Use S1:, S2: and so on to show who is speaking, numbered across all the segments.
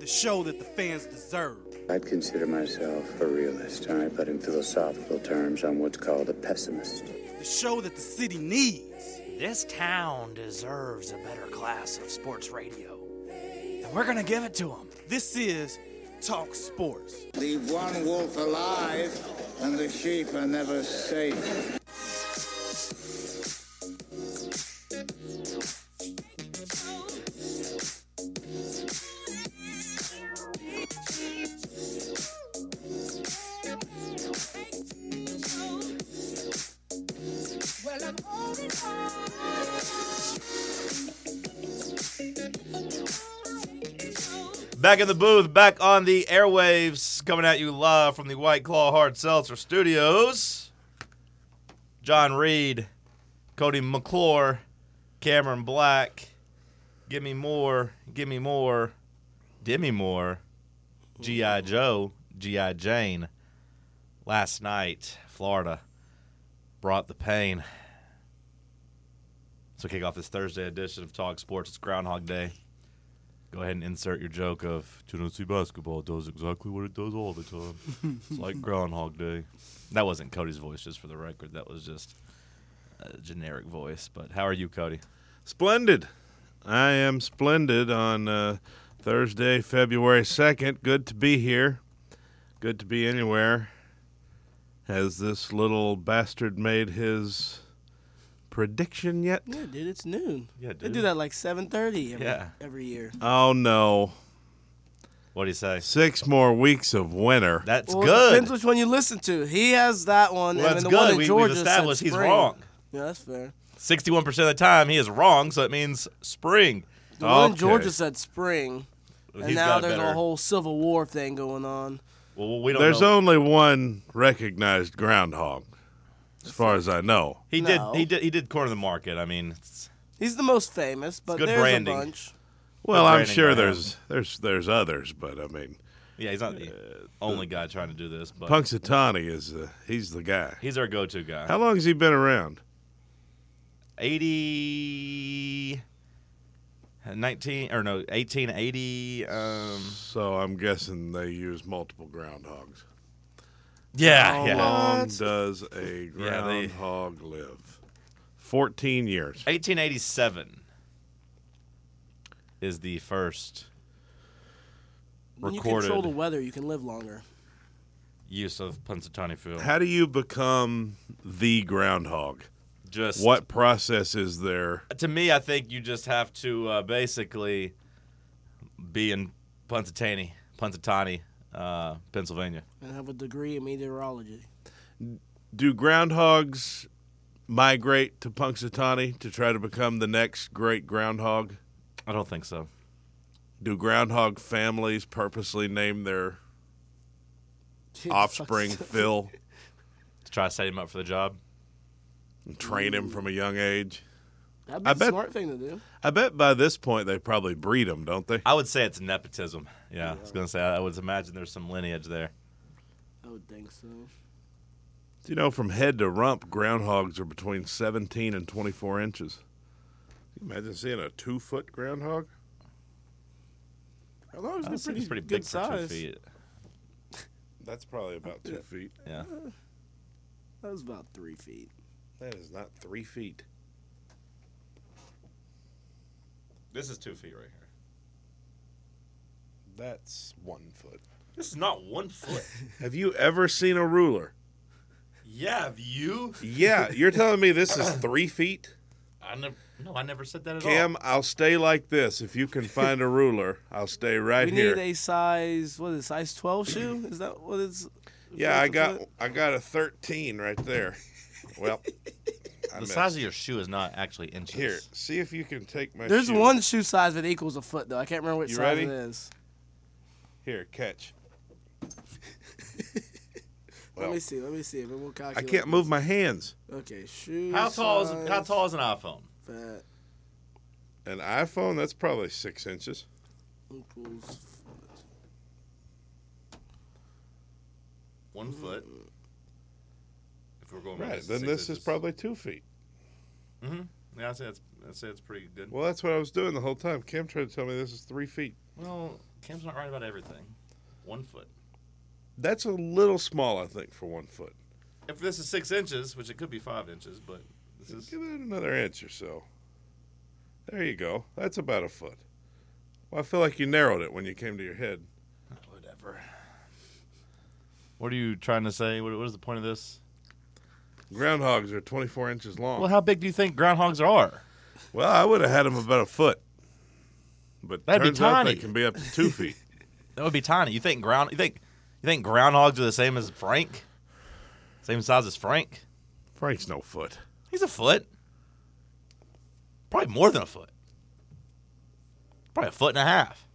S1: the show that the fans deserve.
S2: I'd consider myself a realist, all right, but in philosophical terms, I'm what's called a pessimist.
S1: The show that the city needs.
S3: This town deserves a better class of sports radio. And we're going to give it to them.
S1: This is Talk Sports.
S4: Leave one wolf alive, and the sheep are never safe.
S5: Back in the booth, back on the airwaves, coming at you live from the White Claw Hard Seltzer Studios. John Reed, Cody McClure, Cameron Black. Give me more, give me more, Demi Moore, G.I. Joe, G.I. Jane. Last night, Florida brought the pain. So, kick off this Thursday edition of Talk Sports. It's Groundhog Day. Go ahead and insert your joke of "Do you don't see basketball it does exactly what it does all the time. it's like Groundhog Day. That wasn't Cody's voice, just for the record. That was just a generic voice. But how are you, Cody?
S6: Splendid. I am splendid on uh, Thursday, February 2nd. Good to be here. Good to be anywhere. Has this little bastard made his prediction yet?
S7: Yeah, dude, it's noon.
S5: Yeah,
S7: They do
S5: dude.
S7: that like 7:30 every,
S5: Yeah.
S7: every year.
S6: Oh no.
S5: What do you say?
S6: Six more weeks of winter.
S5: That's
S7: Well, it
S5: good.
S7: Depends which one you listen to. He has that one,
S5: Well,
S7: and
S5: that's
S7: then the
S5: good.
S7: one in
S5: We-
S7: Georgia
S5: we've
S7: said
S5: established he's
S7: spring.
S5: wrong.
S7: Yeah, that's fair.
S5: Sixty-one percent of the time, he is wrong, so it means spring.
S7: The one in
S6: Okay.
S7: Georgia said spring, and
S5: Oh, He's
S7: now
S5: got
S7: there's
S5: better-
S7: a whole Civil War thing going on.
S5: Well, we don't.
S6: There's
S5: know.
S6: only one recognized groundhog, as far as I know.
S5: He
S7: No.
S5: did. He did. He did corner the market. I mean, it's,
S7: He's the most famous, but
S5: good
S7: there's
S5: branding.
S7: a bunch.
S6: Well, I'm
S5: Brandon
S6: sure
S5: Graham.
S6: there's there's there's others, but I mean,
S5: yeah, he's not Uh, the only guy trying to do this, but
S6: Punxsutawney is uh, he's the guy.
S5: he's our go-to guy.
S6: How long has he been around?
S5: 80 19 or no 1880 um
S6: So I'm guessing they use multiple groundhogs.
S5: yeah
S6: How
S5: yeah
S6: long does a
S5: they-
S6: groundhog live? 14 years.
S5: 1887 is the first
S7: When you
S5: Recorded.
S7: control the weather, you can live longer.
S5: use of Punxsutawney Phil
S6: How do you become the groundhog?
S5: just
S6: What process is there?
S5: to me I think you just have to uh, basically be in Punxsutawney Punxsutawney uh, Pennsylvania
S7: And have a degree in meteorology.
S6: Do groundhogs migrate to Punxsutawney to try to become the next great groundhog?
S5: I don't think so
S6: Do groundhog families purposely name their
S7: Dude,
S6: offspring Phil
S5: to try to set him up for the job
S6: and train him from a young age?
S7: That'd be
S6: I
S7: the
S6: bet-
S7: smart thing to do.
S6: I bet by this point they probably breed them, don't they?
S5: I would say it's nepotism yeah, I was gonna say I would imagine there's some lineage there
S7: I would think so.
S6: You know, from head to rump, groundhogs are between 17 and 24 inches. Can you imagine seeing a two foot groundhog?
S7: As long as
S5: That's
S7: they're pretty,
S5: pretty
S7: good
S5: big for two
S7: size.
S5: feet.
S6: That's probably about two feet.
S5: Yeah.
S7: That was about three feet.
S6: That is not three feet.
S5: This is two feet right here.
S6: That's one foot.
S5: This is not one foot.
S6: Have you ever seen a ruler?
S5: yeah, you.
S6: Yeah, you're telling me this is three feet?
S5: I never. No, I never said that at
S6: Cam, I'll stay like this. If you can find a ruler, I'll stay right
S7: we
S6: here.
S7: need a size what is it, size 12 shoe is that what it's
S6: yeah, I
S7: foot to
S6: got
S7: foot?
S6: I got a 13 right there. Well, I
S5: The
S6: missed.
S5: size of your shoe is not actually inches.
S6: here. See if you can take my
S7: there's
S6: shoe.
S7: one shoe size that equals a foot though i can't remember which
S6: You
S7: size
S6: ready?
S7: it is
S6: Here, catch.
S7: let
S6: Well,
S7: me see let me see Maybe we'll
S6: I
S7: calculate
S6: can't move my hands.
S7: this. okay shoe
S5: How tall is
S7: size,
S5: how tall is an iPhone?
S7: fat
S6: An iPhone, that's probably six inches.
S7: equals foot.
S5: One foot. If we're going by
S6: Right.
S5: this,
S6: Then
S5: six
S6: this is
S5: inches.
S6: probably two feet.
S5: Yeah, I say that's I say it's pretty good.
S6: Well, that's what I was doing the whole time. Cam tried to tell me this is three feet.
S5: Well, Cam's not right about everything. One foot.
S6: That's a little small, I think, for one foot.
S5: If this is six inches, which it could be five inches, but this is
S6: Give it another inch or so. There you go. That's about a foot. Well, I feel like you narrowed it when you came to your head.
S5: whatever. What are you trying to say? What, what is the point of this?
S6: Groundhogs are 24 inches long.
S5: Well, how big do you think groundhogs are?
S6: Well, I would have had them about a foot. But
S5: That'd be
S6: turns out they
S5: tiny.
S6: can be up to two feet.
S5: That would be tiny. You think ground? You think you think groundhogs are the same as Frank? Same size as Frank?
S6: Frank's no foot.
S5: He's a foot. Probably more than a foot. Probably a foot and a half.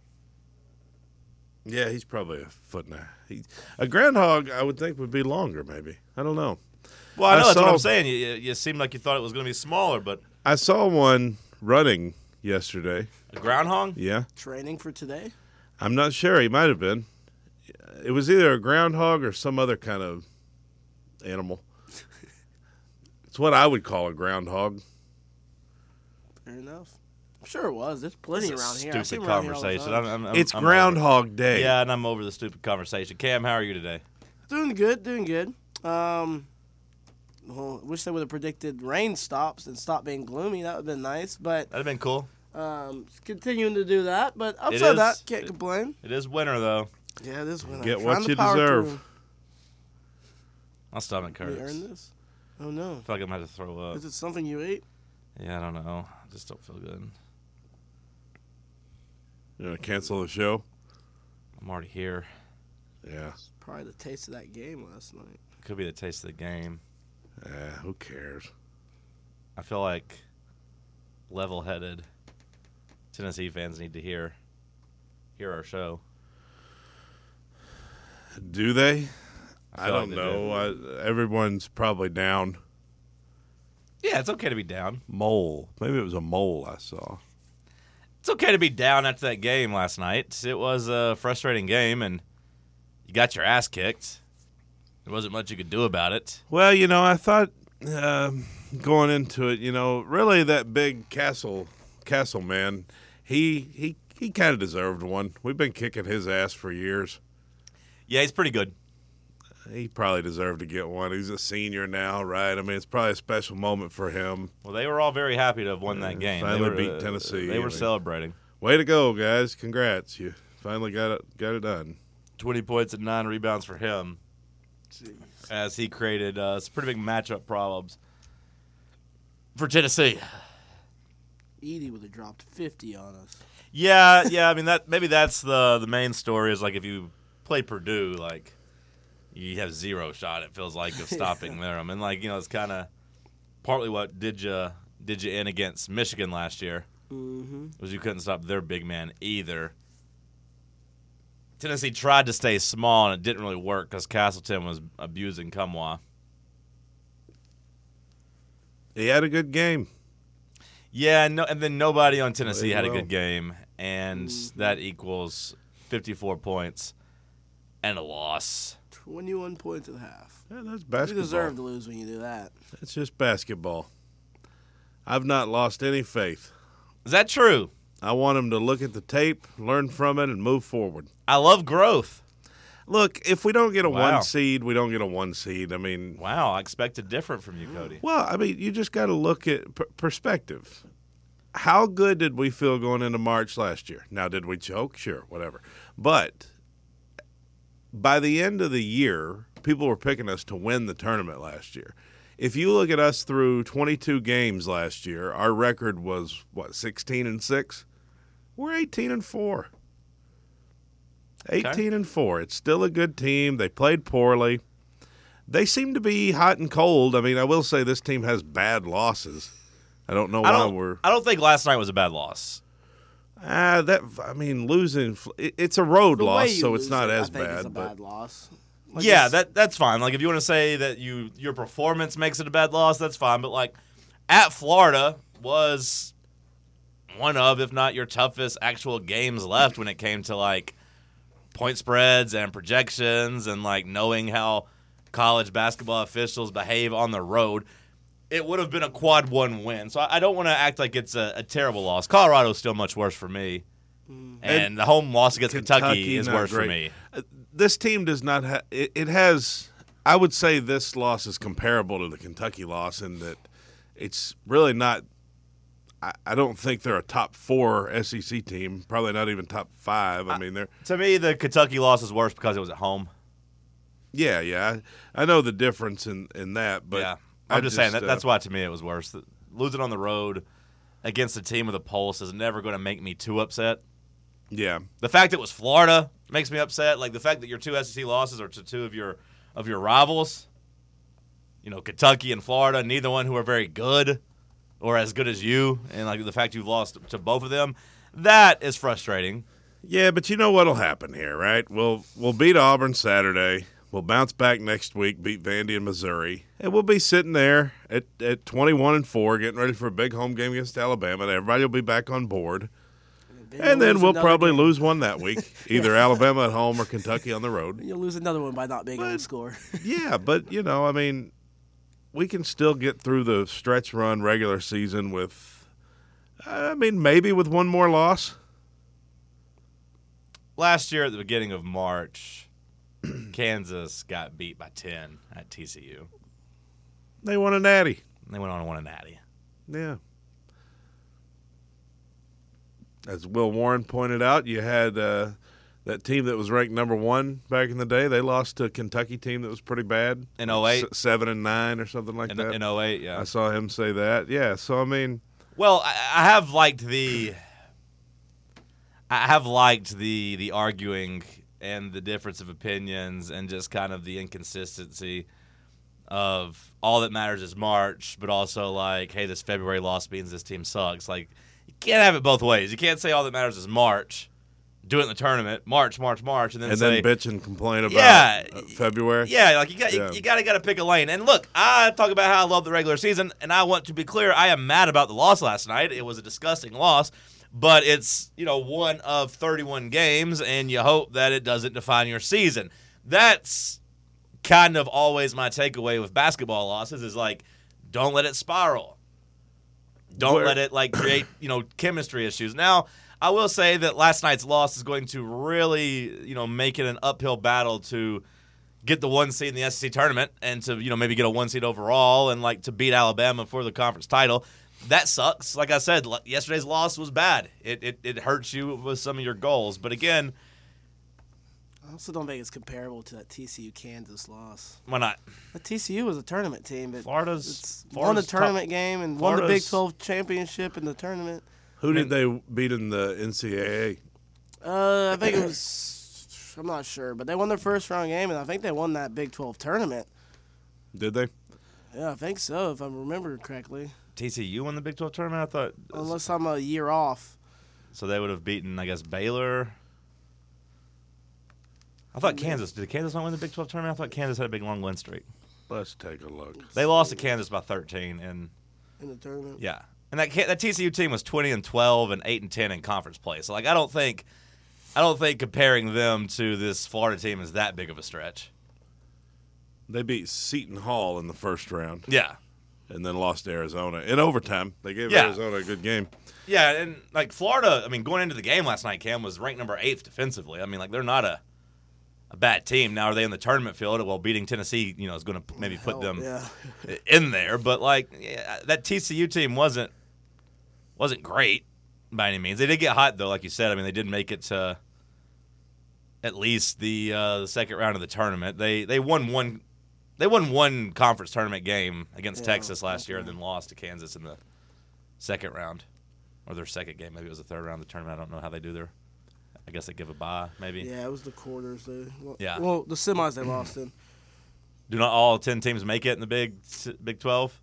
S6: Yeah, he's probably a foot and a he, A groundhog, I would think, would be longer, maybe. I don't know.
S5: Well, I know
S6: I
S5: that's what
S6: saw-
S5: I'm saying. You, you, you seemed like you thought it was going to be smaller, but
S6: I saw one running yesterday.
S5: a groundhog.
S6: Yeah.
S7: Training for today?
S6: I'm not sure. He might have been. It was either a groundhog or some other kind of animal. it's what I would call a groundhog.
S7: Fair enough. I'm sure it was. There's plenty
S5: It's a
S7: around here. I see
S5: stupid
S7: 'em around here all the
S5: conversation.
S7: time.
S5: I'm, I'm- I'm-
S6: it's
S5: I'm
S6: Groundhog
S5: over
S6: Day.
S5: it. Yeah, and I'm over the stupid conversation. Cam, how are you today?
S7: Doing good, doing good. Um, well, wish they would have predicted rain stops and stopped being gloomy. That would have been nice, but
S5: That'd have been cool.
S7: um, it's continuing to do that. But outside
S5: is-
S7: that, can't
S5: it-
S7: complain.
S5: It is winter though.
S7: Yeah, this winter.
S6: Get
S7: Trying
S6: what
S7: to
S6: you
S7: power
S6: deserve.
S5: My stomach
S7: through.
S5: hurts.
S7: We earned this. Oh no!
S5: I feel like I'm gonna have to throw
S6: Uh,
S5: up.
S7: Is it something you ate?
S5: Yeah, I don't know. I just don't feel good.
S6: You know, cancel the show.
S5: I'm already here.
S6: Yeah.
S7: Probably the taste of that game last night.
S5: Could be the taste of the game.
S6: Eh, who cares?
S5: I feel like level-headed Tennessee fans need to hear hear our show.
S6: Do they?
S5: I
S6: I,
S5: feel like
S6: don't
S5: they
S6: know. I, everyone's probably down.
S5: Yeah, it's okay to be down.
S6: Mole. Maybe it was a mole I saw.
S5: It's okay to be down after that game last night. It was a frustrating game, and you got your ass kicked. There wasn't much you could do about it.
S6: Well, you know, I thought um, going into it, you know, really that big castle castle man, he he he kind of deserved one. We've been kicking his ass for years.
S5: Yeah, he's pretty good.
S6: He probably deserved to get one. He's a senior now, right? I mean, it's probably a special moment for him.
S5: Well, they were all very happy to have won that game.
S6: finally
S5: they were, uh,
S6: beat Tennessee,
S5: They
S6: I
S5: were
S6: mean.
S5: celebrating.
S6: Way to go, guys! Congrats, you finally got it got it done.
S5: 20 points and nine rebounds for him as he created uh, some pretty big matchup problems for Tennessee.
S7: Edie would have dropped fifty on us.
S5: Yeah, yeah. I mean, that maybe that's the the main story is like if you play Purdue, like you have zero shot. It feels like of stopping them, and like you know, it's kind of partly what did you did you in against Michigan last year
S7: Mm-hmm.
S5: was you couldn't stop their big man either. Tennessee tried to stay small and it didn't really work because Castleton was abusing Kumwa.
S6: He had a good game.
S5: Yeah, no, and then nobody on Tennessee
S6: They
S5: had a
S6: will.
S5: good game, and that equals 54 points and a loss.
S7: Twenty-one points at half.
S6: Yeah, that's
S7: You
S6: basketball.
S7: deserve to lose when you do that.
S6: It's just basketball. I've not lost any faith.
S5: Is that true?
S6: I want him to look at the tape, learn from it, and move forward.
S5: I love growth.
S6: Look, if we don't get a
S5: Wow.
S6: one seed, we don't get a one seed. I mean,
S5: Wow, I expected different from you, Cody.
S6: well, I mean, you just got to look at per- perspective. How good did we feel going into March last year? Now, did we choke? Sure, whatever. But by the end of the year, people were picking us to win the tournament last year. If you look at us through 22 games last year, our record was what 16 and six. We're 18 and four. 18 and four. It's still a good team. They played poorly. They seem to be hot and cold. I mean, I will say this team has bad losses. I don't know why
S5: I don't.
S6: we're
S5: I don't think last night was a bad loss.
S6: ah that. I mean, losing it- it's a road
S7: The way
S6: loss,
S7: you
S6: so it's
S7: lose
S6: not
S7: it,
S6: as
S7: I think It's a
S6: bad. But
S7: bad loss. Like,
S5: yeah,
S7: it's-
S5: that that's fine. Like if you want to say that you your performance makes it a bad loss, that's fine. But like at Florida was one of, if not your toughest actual games left when it came to like point spreads and projections and like knowing how college basketball officials behave on the road. It would have been a quad one win. So I, I don't want to act like it's a, a terrible loss. Colorado's still much worse for me And the home loss against Kentucky,
S6: Kentucky,
S5: is
S6: not
S5: worse for
S6: great. Uh,
S5: me.
S6: This team does not have. It, it has. I would say this loss is comparable to the Kentucky loss in that it's really not. I, I don't think they're a top four SEC team. Probably not even top five. I mean, they're
S5: To me, the Kentucky loss is worse because it was at home.
S6: yeah, yeah. I, I know the difference in in that, but
S5: yeah,
S6: I
S5: I'm just, saying that,
S6: uh,
S5: that's why to me it was worse. The- Losing on the road against a team with a pulse is never going to make me too upset.
S6: Yeah,
S5: The fact it was Florida makes me upset. Like the fact that your two SEC losses are to two of your of your rivals. You know, Kentucky and Florida, neither one who are very good or as good as you, and like the fact you've lost to both of them, that is frustrating.
S6: yeah. But you know what'll happen here, right? We'll we'll beat Auburn Saturday. We'll bounce back next week, beat Vandy and Missouri, and we'll be sitting there at, at twenty one and four, getting ready for a big home game against Alabama. And everybody will be back on board, and then
S7: lose
S6: we'll
S7: another
S6: probably
S7: game.
S6: lose one that week, either Alabama at home or Kentucky on the road.
S7: You'll lose another one by not being able to score.
S6: Yeah, but you know, I mean, we can still get through the stretch run regular season with, I mean, maybe with one more loss.
S5: Last year at the beginning of March, Kansas got beat by ten at TCU.
S6: They won a natty.
S5: And they went on and won a natty.
S6: Yeah. As Will Warren pointed out, you had uh, that team that was ranked number one back in the day. They lost to a Kentucky team that was pretty bad
S5: In 08?
S6: S- seven and nine or something like
S5: In,
S6: that.
S5: in 08, yeah.
S6: I saw him say that. Yeah. So I mean,
S5: Well, I, I have liked the, I have liked the the arguing and the difference of opinions and just kind of the inconsistency of all that matters is March, but also like, hey, this February loss means this team sucks. Like, you can't have it both ways. You can't say all that matters is March, do it in the tournament, March, March, March, and then
S6: and
S5: say,
S6: then bitch and complain about
S5: Yeah,
S6: uh,
S5: y-
S6: February.
S5: yeah, like you got
S6: Yeah.
S5: you, you gotta gotta pick a lane. And look, I talk about how I love the regular season, and I want to be clear, I am mad about the loss last night. It was a disgusting loss, but it's you know one of 31 games, and you hope that it doesn't define your season. That's kind of always my takeaway with basketball losses is like, don't let it spiral. Don't
S6: Where-
S5: let it like create you know chemistry issues. Now, I will say that last night's loss is going to really you know make it an uphill battle to get the one seed in the SEC tournament and to you know maybe get a one seed overall and like to beat Alabama for the conference title. That sucks. Like I said, l- yesterday's loss was bad. It, it it hurts you with some of your goals. But again,
S7: I also don't think it's comparable to that TCU Kansas loss.
S5: why not?
S7: That TCU was a tournament team, but
S5: Florida's-
S7: it's won the
S5: Florida's top-
S7: tournament game and won the Big
S5: Florida's-
S7: Twelve championship in the tournament.
S6: Who did they beat in the NCAA?
S7: Uh, I think it was. I'm not sure, but they won their first round game, and I think they won that Big Twelve tournament.
S6: Did they?
S7: Yeah, I think so, if I remember correctly.
S5: TCU won the Big 12 tournament. I thought
S7: Unless I'm a year off.
S5: so. They would have beaten, I guess, Baylor. I thought Kansas. Did Kansas not win the Big 12 tournament? I thought Kansas had a big long win streak.
S6: Let's take a look.
S5: They lost to Kansas by 13, and
S7: in the tournament.
S5: Yeah, and that ca- that TCU team was twenty and twelve and eight and ten in conference play. So like, I don't think, I don't think comparing them to this Florida team is that big of a stretch.
S6: They beat Seton Hall in the first round
S5: Yeah,
S6: and then lost to Arizona in overtime. They gave
S5: Yeah.
S6: Arizona a good game.
S5: yeah, and like Florida, I mean, going into the game last night, Cam was ranked number eighth defensively. I mean, like they're not a a bad team. Now are they in the tournament field? Well, beating Tennessee, you know, is going to maybe put them
S7: Yeah.
S5: in there. But like yeah, that TCU team wasn't wasn't great by any means. They did get hot though, like you said. I mean, they did make it to at least the uh, the second round of the tournament. They they won one they won one conference tournament game against
S7: Yeah,
S5: Texas last year, and then lost to Kansas in the second round or their second game. Maybe it was the third round of the tournament. I don't know how they do their. I guess they give a bye, maybe.
S7: Yeah, it was the quarters. They, well,
S5: Yeah.
S7: Well, the semis they lost in.
S5: Do not all ten teams make it in the Big Big Twelve?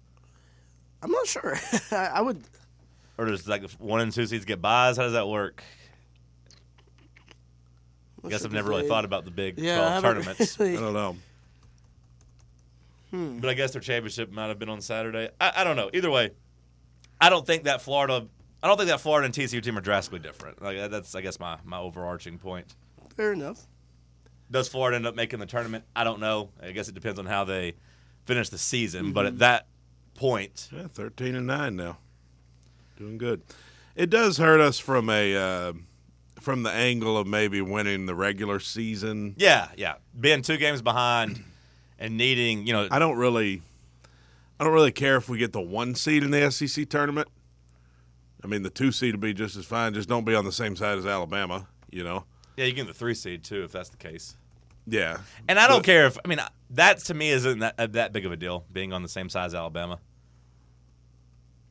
S7: I'm not sure. I, I would.
S5: Or does like the f- one and two seeds get buys? How does that work? I guess I've never really thought about the Big
S7: Yeah, I
S5: 12
S7: haven't
S5: tournaments,
S6: I
S7: really-
S6: don't know.
S5: but I guess their championship might have been on Saturday. I, I don't know. Either way, I don't think that Florida, I don't think that Florida and TCU team are drastically different. Like that- that's, I guess, my my overarching point.
S7: Fair enough.
S5: Does Florida end up making the tournament? I don't know. I guess it depends on how they finish the season. But
S7: Mm-hmm.
S5: at that point,
S6: Yeah, thirteen and nine now, doing good. It does hurt us from a uh, from the angle of maybe winning the regular season.
S5: Yeah, yeah. Being two games behind and needing, you know,
S6: I don't really, I don't really care if we get the one seed in the SEC tournament. I mean, the two seed would be just as fine. Just don't be on the same side as Alabama. You know.
S5: yeah, you get the three seed too if that's the case.
S6: Yeah.
S5: And I don't care if I mean that to me isn't that, uh, that big of a deal being on the same side as Alabama.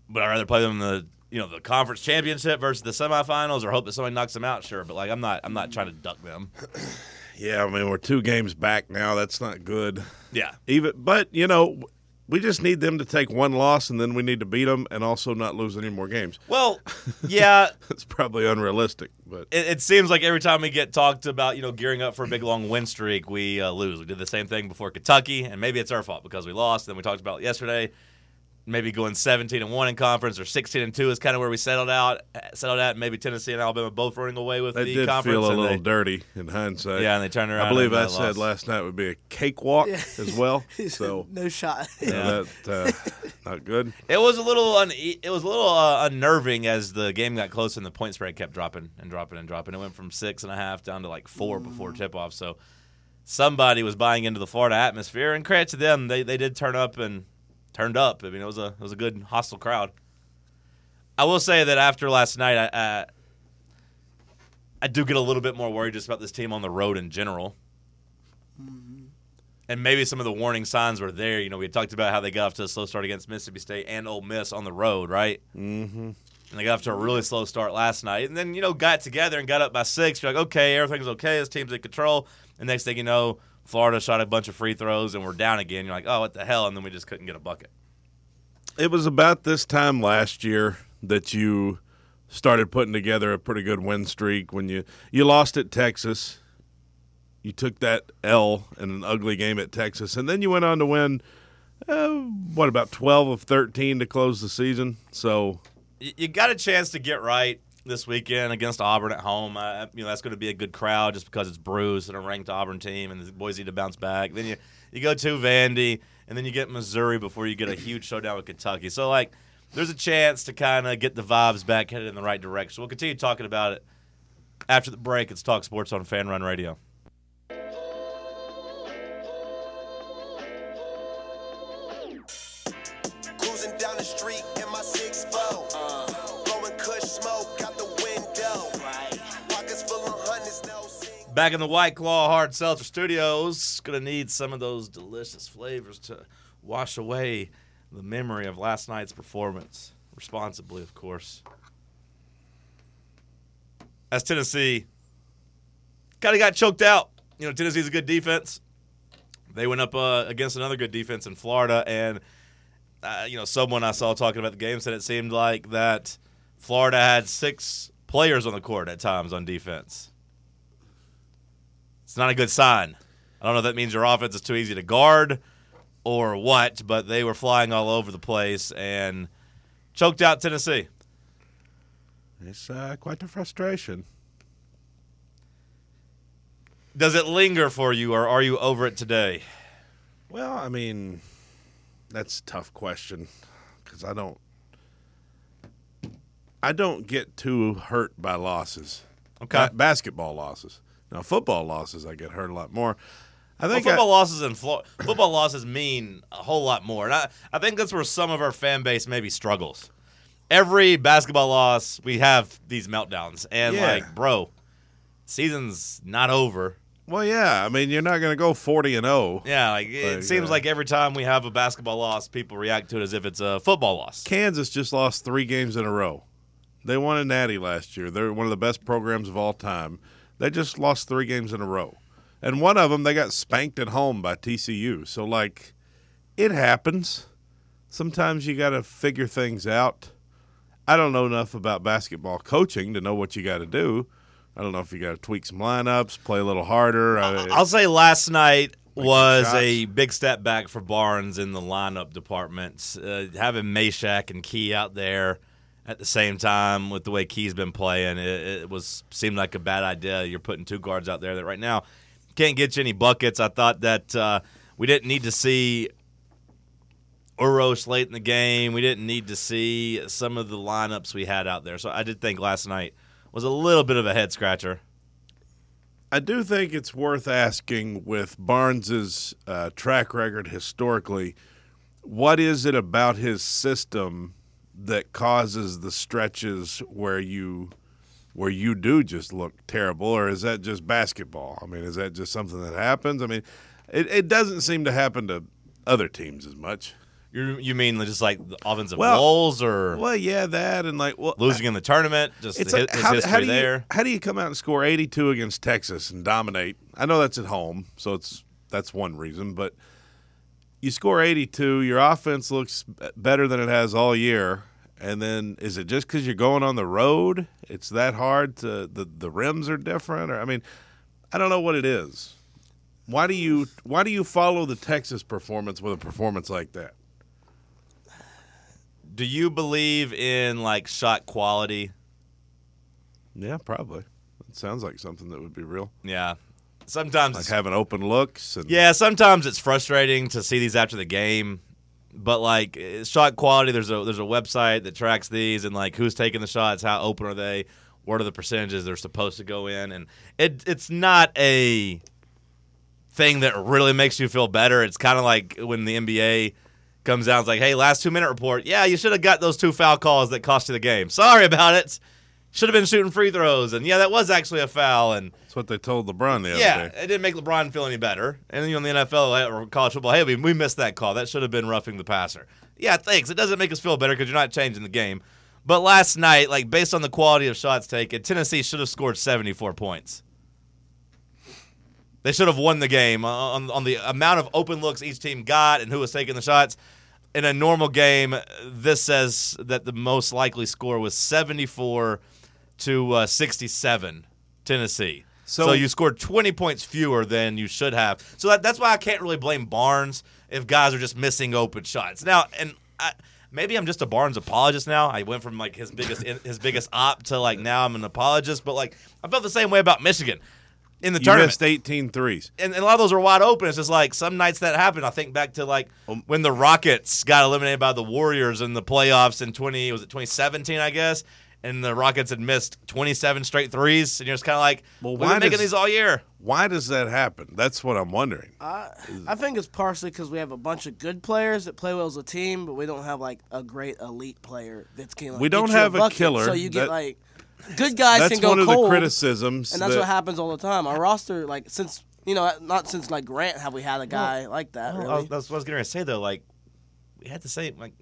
S5: But I'd rather play them in the you know the conference championship versus the semifinals, or hope that somebody knocks them out. Sure, but like I'm not I'm not trying to duck them.
S6: Yeah. I mean, we're two games back now. That's not good.
S5: Yeah,
S6: Even, but you know, we just need them to take one loss, and then we need to beat them, and also not lose any more games.
S5: Well, yeah,
S6: That's probably unrealistic, but
S5: it, it seems like every time we get talked about, you know, gearing up for a big long win streak, we uh, lose. We did the same thing before Kentucky, and maybe it's our fault because we lost. Then we talked about yesterday, maybe going 17 and one in conference or 16 and two is kind of where we settled out. Settled at maybe Tennessee and Alabama both running away with
S6: they
S5: the
S6: did
S5: conference.
S6: feel a
S5: and
S6: little
S5: they-
S6: dirty in hindsight.
S5: yeah, and they turned around.
S6: I believe
S5: and they
S6: I said
S5: lost.
S6: last night would be a cakewalk as well. So
S7: no shot.
S6: yeah. that uh, not good.
S5: It was a little une- it was a little uh, unnerving as the game got closer and the point spread kept dropping and dropping and dropping. It went from six and a half down to like four before tip off. So somebody was buying into the Florida atmosphere, and credit to them, they they did turn up and turned up. I mean, it was a it was a good hostile crowd. I will say that after last night, I I, I do get a little bit more worried just about this team on the road in general and maybe some of the warning signs were there. You know, we had talked about how they got off to a slow start against Mississippi State and Ole Miss on the road, right? Mm-hmm. And they got off to a really slow start last night, and then you know got together and got up by six. You're like, okay, everything's okay. This team's in control. And next thing you know, Florida shot a bunch of free throws and we're down again. You're like, oh, what the hell? And then we just couldn't get a bucket.
S6: It was about this time last year that you started putting together a pretty good win streak when you you lost at Texas. You took that L in an ugly game at Texas, and then you went on to win. Uh, what about twelve of thirteen to close the season? So
S5: y- you got a chance to get right this weekend against Auburn at home. Uh, you know that's going to be a good crowd just because it's Bruce and a ranked Auburn team, and the Boise to bounce back. Then you you go to Vandy, and then you get Missouri before you get a huge showdown with Kentucky. So like, there's a chance to kind of get the vibes back headed in the right direction. We'll continue talking about it after the break. It's Talk Sports on Fan Run Radio.
S8: Cruising down the street in my six four. Blowing cush smoke out the window. Pockets full of hundreds, no sing.
S5: Back in the White Claw Hard Seltzer Studios, gonna need some of those delicious flavors to wash away the memory of last night's performance, responsibly, of course. As Tennessee kind of got choked out, you know, Tennessee's a good defense. They went up uh, against another good defense in Florida, and uh, you know, someone I saw talking about the game said it seemed like that Florida had six players on the court at times on defense. It's not a good sign. I don't know if that means your offense is too easy to guard or what, but they were flying all over the place and choked out Tennessee.
S6: it's uh, quite a frustration.
S5: Does it linger for you, or are you over it today?
S6: Well, I mean, that's a tough question because I don't, I don't get too hurt by losses.
S5: Okay.
S6: Ba- basketball losses. Now, football losses, I get hurt a lot more. I
S5: Well,
S6: think
S5: football
S6: I,
S5: losses and Flo- football losses mean a whole lot more, and I, I think that's where some of our fan base maybe struggles. Every basketball loss, we have these meltdowns, and
S6: Yeah.
S5: like, bro, season's not over.
S6: well, yeah. I mean, you're not going to go forty and oh zero.
S5: Yeah, like it
S6: Like,
S5: seems
S6: uh,
S5: like every time we have a basketball loss, people react to it as if it's a football loss.
S6: Kansas just lost three games in a row. They won a natty last year. They're one of the best programs of all time. They just lost three games in a row. And one of them, they got spanked at home by TCU. So, like, it happens. Sometimes you got to figure things out. I don't know enough about basketball coaching to know what you got to do. I don't know if you got to tweak some lineups, play a little harder. I-
S5: I'll say last night was
S6: shots.
S5: a big step back for Barnes in the lineup department. Uh, having Meshack and Key out there at the same time with the way Key's been playing, it, it was seemed like a bad idea. You're putting two guards out there that right now can't get you any buckets. I thought that uh, we didn't need to see Uros late in the game. We didn't need to see some of the lineups we had out there. So I did think last night was a little bit of a head scratcher.
S6: I do think it's worth asking with Barnes's uh, track record historically, what is it about his system that causes the stretches where you where you do just look terrible, or is that just basketball? I mean, is that just something that happens? I mean, it, it doesn't seem to happen to other teams as much.
S5: You you mean just like the offensive
S6: Well-
S5: lulls or
S6: Well, yeah, that and like well,
S5: losing in the tournament? Just
S6: It's
S5: his,
S6: like,
S5: his
S6: how,
S5: history
S6: how do you
S5: there.
S6: how do you come out and score 82 against Texas and dominate? I know that's at home, so it's that's one reason, but you score 82, your offense looks b- better than it has all year, and then is it just cuz you're going on the road? It's that hard to the the rims are different or I mean, I don't know what it is. Why do you why do you follow the Texas performance with a performance like that?
S5: Do you believe in like shot quality?
S6: Yeah, probably. It sounds like something that would be real.
S5: Yeah. Sometimes
S6: Like
S5: it's
S6: having open looks and
S5: Yeah, sometimes it's frustrating to see these after the game, but like eh, shot quality, there's a there's a website that tracks these and like who's taking the shots, how open are they, what are the percentages they're supposed to go in, and it it's not a thing that really makes you feel better. It's kind of like when the NBA comes out, it's like, hey, last two minute report, yeah, you should have got those two foul calls that cost you the game. Sorry about it. Should have been shooting free throws, and yeah, that was actually a foul, and.
S6: That's what they told LeBron the other
S5: Yeah, uh,
S6: day.
S5: it didn't make LeBron feel any better. And then you know, in the NFL uh, or college football, hey, we, we missed that call. That should have been roughing the passer. Yeah, thanks. It doesn't make us feel better because you're not changing the game. But last night, like based on the quality of shots taken, Tennessee should have scored 74 points. They should have won the game Uh, on, on the amount of open looks each team got and who was taking the shots. In a normal game, this says that the most likely score was 74 to uh, 67, Tennessee. So,
S6: So-
S5: you scored 20 points fewer than you should have. So that, that's why I can't really blame Barnes if guys are just missing open shots. Now, and I, maybe I'm just a Barnes apologist now. I went from like his biggest his biggest op to like now I'm an apologist, but like I felt the same way about Michigan in the
S6: You
S5: tournament
S6: missed 18 threes.
S5: and, and a lot of those are wide open. It's just like some nights that happened. I think back to like
S6: Um,
S5: when the Rockets got eliminated by the Warriors in the playoffs in twenty was it twenty seventeen, I guess. And the Rockets had missed twenty seven straight threes, and you're just kind of like,
S6: Well,
S5: we've been
S6: why
S5: making
S6: does-
S5: these all year.
S6: Why does that happen? That's what I'm wondering.
S7: I think it's partially because we have a bunch of good players that play well as a team, but we don't have like a great elite player that's can. Like,
S6: We don't
S7: get you
S6: have a
S7: bucket,
S6: killer.
S7: So you get
S6: That-
S7: like good guys
S6: that's
S7: can go
S6: one of
S7: cold,
S6: the criticisms.
S7: and that's
S6: that-
S7: what happens all the time. Our roster, like since you know, not since like Grant have we had a guy like that.
S5: Well,
S7: Really.
S5: I was- that's what I was going to say though. Like, we had the same. Like,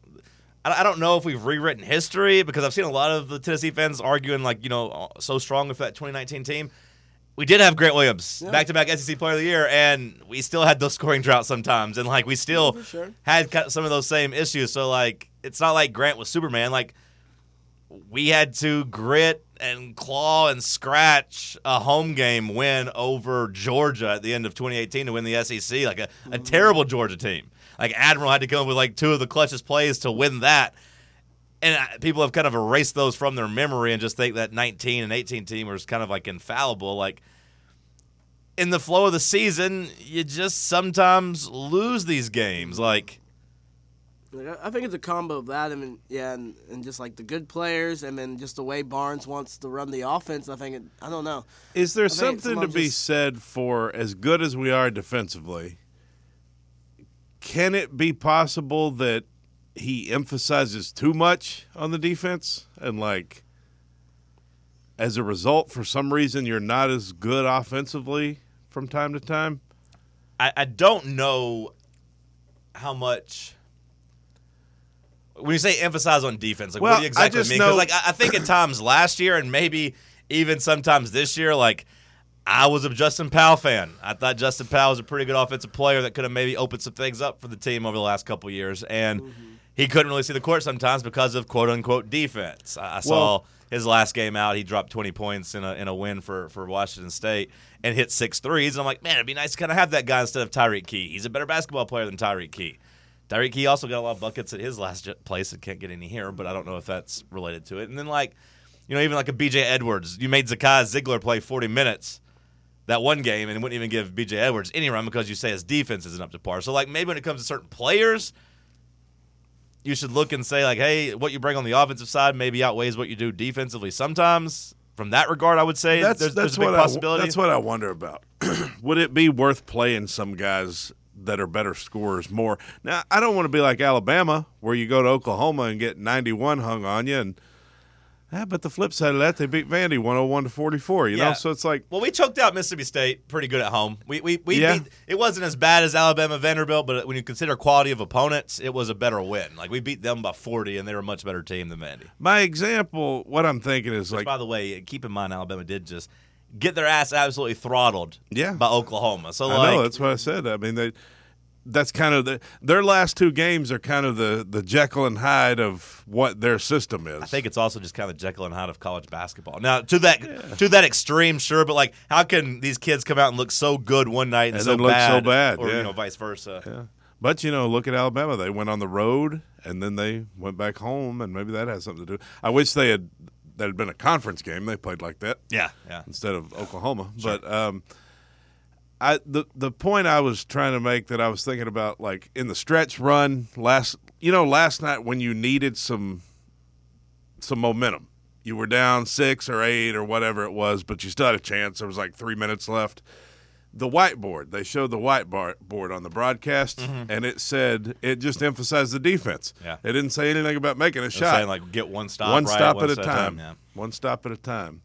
S5: I, I don't know if we've rewritten history because I've seen a lot of the Tennessee fans arguing like, you know, uh, so strong with that 2019 team. We did have Grant Williams,
S7: Yeah.
S5: back-to-back SEC Player of the Year, and we still had those scoring droughts sometimes, and like we still
S7: for sure.
S5: had kind of some of those same issues. So like, it's not like Grant was Superman. Like, we had to grit and claw and scratch a home game win over Georgia at the end of 2018 to win the SEC, like a, a terrible Georgia team. Like Admiral had to come up with like two of the clutchest plays to win that. And I- people have kind of erased those from their memory and just think that 19 and 18 team was kind of like infallible. Like in the flow of the season, you just sometimes lose these games. Like,
S7: Like, I- I think it's a combo of that. I mean, yeah, and, and just like the good players, and then just the way Barnes wants to run the offense. I think it, I don't know.
S6: Is there
S7: think
S6: something to
S7: someone
S6: be
S7: just-
S6: said for as good as we are defensively? Can it be possible that he emphasizes too much on the defense and like as a result for some reason you're not as good offensively from time to time?
S5: I, I don't know how much. When you say emphasize on defense, like what
S6: Well,
S5: do
S6: I
S5: you exactly
S6: just
S5: mean? 'Cause,
S6: know-
S5: like I, I think at times last year and maybe even sometimes this year, like I was a Justin Powell fan. I thought Justin Powell was a pretty good offensive player that could have maybe opened some things up for the team over the last couple years, and he couldn't really see the court sometimes because of quote unquote defense. I, I saw
S6: Well-
S5: his last game out, he dropped 20 points in a, in a win for, for Washington State and hit six threes. And I'm like, man, it'd be nice to kind of have that guy instead of Tyreek Key. He's a better basketball player than Tyreek Key. Tyreek Key also got a lot of buckets at his last j- place and can't get any here, but I don't know if that's related to it. And then, like, you know, even like a BJ Edwards, you made Zakai Ziegler play 40 minutes that one game and wouldn't even give BJ Edwards any run because you say his defense isn't up to par. So, like, maybe when it comes to certain players, you should look and say like, hey, what you bring on the offensive side maybe outweighs what you do defensively sometimes. from that regard, I would say
S6: That's
S5: there's, there's
S6: that's
S5: a big
S6: what
S5: possibility.
S6: I, that's what I wonder about. Would it be worth playing some guys that are better scorers more? Now, I don't want to be like Alabama, where you go to Oklahoma and get 91 hung on you, and ah, but the flip side of that, they beat Vandy 101 to 44. You
S5: Yeah.
S6: know, so it's like
S5: Well, we choked out Mississippi State pretty good at home. We we, we
S6: Yeah.
S5: beat, it wasn't as bad as Alabama Vanderbilt, but when you consider quality of opponents, it was a better win. Like we beat them by 40, and they were a much better team than Vandy.
S6: my example. What I'm thinking is
S5: Which,
S6: like
S5: by the way, keep in mind Alabama did just get their ass absolutely throttled.
S6: Yeah.
S5: by Oklahoma. So
S6: I
S5: like
S6: know that's what I said. I mean, they that's kind of the, their last two games are kind of the the Jekyll and Hyde of what their system is.
S5: I think it's also just kind of Jekyll and Hyde of college basketball. Now, to that to that extreme, sure, but like, how can these kids come out and look so good one night and,
S6: And
S5: so,
S6: then look so
S5: bad,
S6: bad,
S5: or
S6: yeah.
S5: you know, vice versa?
S6: But you know, look at Alabama. They went on the road and then they went back home, and maybe that has something to do. I wish they had that had been a conference game. They played like that
S5: Yeah, yeah.
S6: instead of Oklahoma. But um, I the the point I was trying to make that I was thinking about like in the stretch run last you know last night when you needed some some momentum. You were down six or eight or whatever it was, but you still had a chance. There was like three minutes left. The whiteboard, they showed the whiteboard on the broadcast, and it said, it just emphasized the defense.
S5: Mm-hmm. Yeah.
S6: It didn't say anything about making a
S5: I'm
S6: shot.
S5: saying like get one stop,
S6: one
S5: right,
S6: stop
S5: one
S6: at a
S5: step
S6: time.
S5: yeah.
S6: One stop at a time.